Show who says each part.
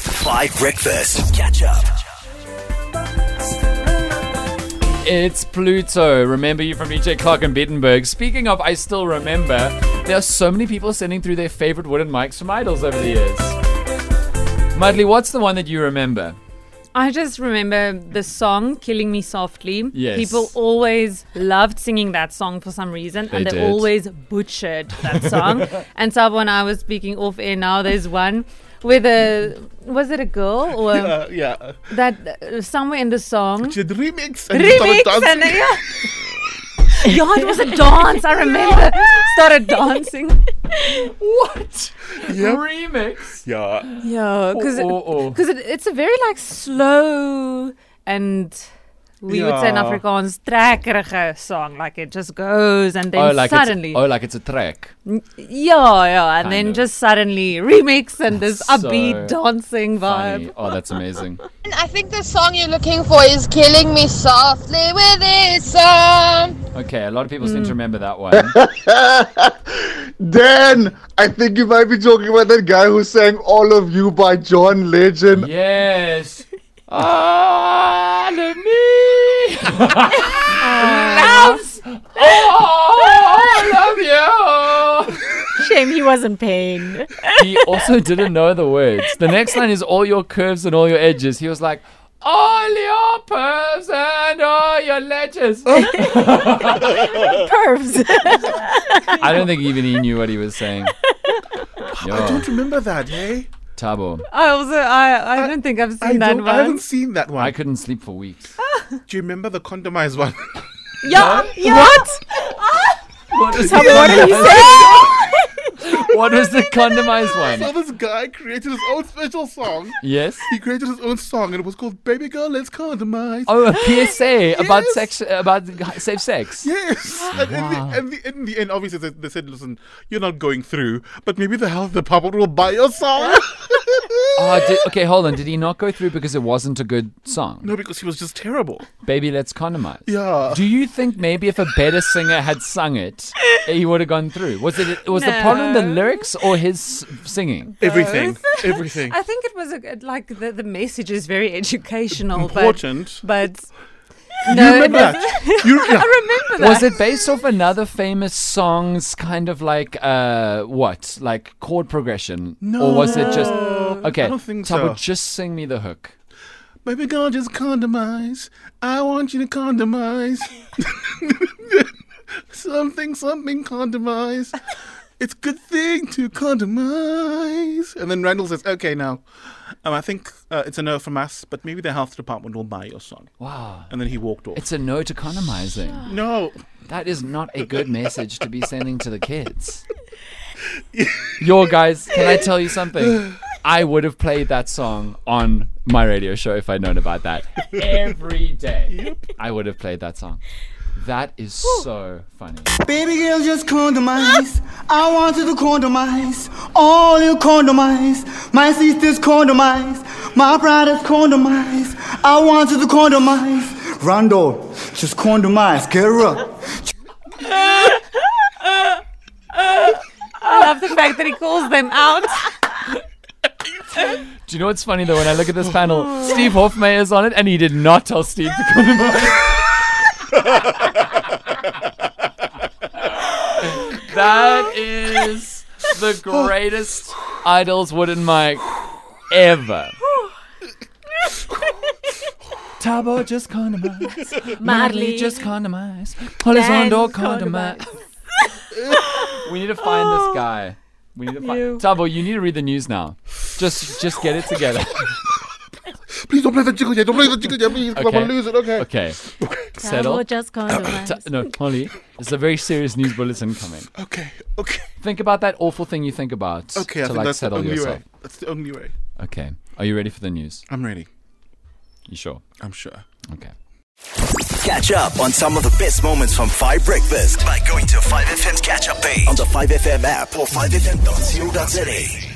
Speaker 1: Five Breakfast. Catch up.
Speaker 2: It's Pluto. Remember you from DJ Clark and Bettenberg. Speaking of, I still remember, there are so many people sending through their favorite wooden mics from idols over the years. Mudley, what's the one that you remember?
Speaker 3: I just remember the song "Killing Me Softly."
Speaker 2: Yes.
Speaker 3: People always loved singing that song for some reason,
Speaker 2: They
Speaker 3: and they
Speaker 2: did.
Speaker 3: always butchered that song. and so when I was speaking off air now, there's one with a was it a girl or
Speaker 4: Uh, yeah.
Speaker 3: that uh, somewhere in the song
Speaker 4: She had remix and she started
Speaker 3: remix
Speaker 4: dancing.
Speaker 3: and yeah. yeah, it was a dance. I remember started dancing.
Speaker 2: What?
Speaker 4: Yep.
Speaker 2: Remix?
Speaker 4: yeah.
Speaker 3: Yeah, because
Speaker 2: Oh, oh, oh.
Speaker 3: because it, it's a very like slow and we would say in
Speaker 4: Yeah.
Speaker 3: Afrikaans trekkerige song. Like it just goes and
Speaker 2: oh,
Speaker 3: then
Speaker 2: like
Speaker 3: suddenly,
Speaker 2: It's, oh, like it's a track.
Speaker 3: yeah, yeah, and then
Speaker 2: Kind of.
Speaker 3: just suddenly remix and this
Speaker 2: That's
Speaker 3: upbeat
Speaker 2: so
Speaker 3: dancing
Speaker 2: Funny.
Speaker 3: vibe.
Speaker 2: Oh, that's amazing.
Speaker 5: I think the song you're looking for is Killing Me Softly with This Song.
Speaker 2: Okay, a lot of people
Speaker 3: Mm.
Speaker 2: seem to remember that one.
Speaker 4: Dan, I think you might be talking about that guy who sang All of You by John Legend.
Speaker 2: yes. All of me loves all of you.
Speaker 6: Shame he wasn't paying.
Speaker 2: he also didn't know the words. The next line is all your curves and all your edges. He was like, all your curves and all your ledges. I Oh.
Speaker 6: Pervs.
Speaker 2: don't think even he knew what he was saying.
Speaker 4: I
Speaker 2: Yo,
Speaker 4: don't remember that, hey?
Speaker 2: Tabo,
Speaker 3: I also I, I don't think I've
Speaker 4: I,
Speaker 3: seen that
Speaker 4: don't, I haven't
Speaker 3: one.
Speaker 4: seen that one.
Speaker 2: I couldn't sleep for weeks.
Speaker 4: Do you remember the condomized one?
Speaker 6: yeah, yeah. What?
Speaker 2: What is
Speaker 6: what did he say?
Speaker 2: What was the condomized
Speaker 4: so
Speaker 2: one?
Speaker 4: this guy created his own special song.
Speaker 2: Yes.
Speaker 4: He created his own song and it was called Baby Girl, Let's Condomize.
Speaker 2: Oh, a PSA about
Speaker 4: Yes.
Speaker 2: sex, about g- safe sex.
Speaker 4: Yes, and in, the, and the, in the end, obviously they, they said, "Listen, you're not going through, but maybe the health department will buy your song."
Speaker 2: Oh, did, okay, hold on. Did he not go through because it wasn't a good song?
Speaker 4: no, because he was just terrible.
Speaker 2: Baby, let's condomize.
Speaker 4: Yeah.
Speaker 2: Do you think maybe if a better singer had sung it, he would have gone through? Was it was the problem the
Speaker 3: No.
Speaker 2: lyrics or his s- singing?
Speaker 4: Everything, everything.
Speaker 3: I think it was a, like the, the message is very educational, but
Speaker 4: Important.
Speaker 3: but
Speaker 4: you
Speaker 3: no, it
Speaker 4: remember
Speaker 3: was,
Speaker 4: that? You, yeah.
Speaker 3: I remember that.
Speaker 2: Was it based off another famous song's kind of like uh what like chord progression, or was it just okay?
Speaker 4: I don't think
Speaker 2: Tabo,
Speaker 4: so.
Speaker 2: just sing me the hook.
Speaker 4: Baby girl, just condomize. I want you to condomize. something, something, condomize. It's good thing to condomize. And then Randall says, "Okay, now, um, I think uh, it's a no from us, but maybe the health department will buy your song."
Speaker 2: Wow,
Speaker 4: And then he walked off.
Speaker 2: it's a no to condomizing.
Speaker 4: no,
Speaker 2: That is not a good message to be sending to the kids. Yo, guys, can I tell you something? I would have played that song on my radio show if I'd known about that every day. I would have played that song. That is so funny.
Speaker 7: Baby girl, just condomize. I want you to condomize. All you condomize. My sisters condomize. My brothers condomize. I want you to condomize. Randall, just condomize. Get up.
Speaker 3: I love the fact that he calls them out.
Speaker 2: Do you know what's funny though? When I look at this panel, Steve Hoffmeyer is on it, and he did not tell Steve to come to That is the greatest Idols wooden mic ever. Tabo just condomize. Madly just condomize. Horizondo condomize. we need to find this guy. We need to find Tabo, you need to read the news now. Just just get it together.
Speaker 4: please don't play the jingle yet. Don't play the jingle yet, please. 'cause I'm
Speaker 2: Okay.
Speaker 4: gonna lose it. Okay.
Speaker 2: Okay. Settle.
Speaker 6: Double just
Speaker 2: Ta-
Speaker 6: condomize.
Speaker 2: no, Holly, there's a very serious news bulletin coming.
Speaker 4: Okay. Okay.
Speaker 2: Think about that awful thing you think about
Speaker 4: Okay. I
Speaker 2: to
Speaker 4: think
Speaker 2: like
Speaker 4: that's the
Speaker 2: settle
Speaker 4: only
Speaker 2: yourself.
Speaker 4: way. That's the only way.
Speaker 2: Okay. Are you ready for the news?
Speaker 4: I'm ready.
Speaker 2: You sure?
Speaker 4: I'm sure.
Speaker 2: Okay.
Speaker 1: Catch up on some of the best moments from Five Breakfast by going to 5FM's catch up page on the 5FM app or 5FM.co.za.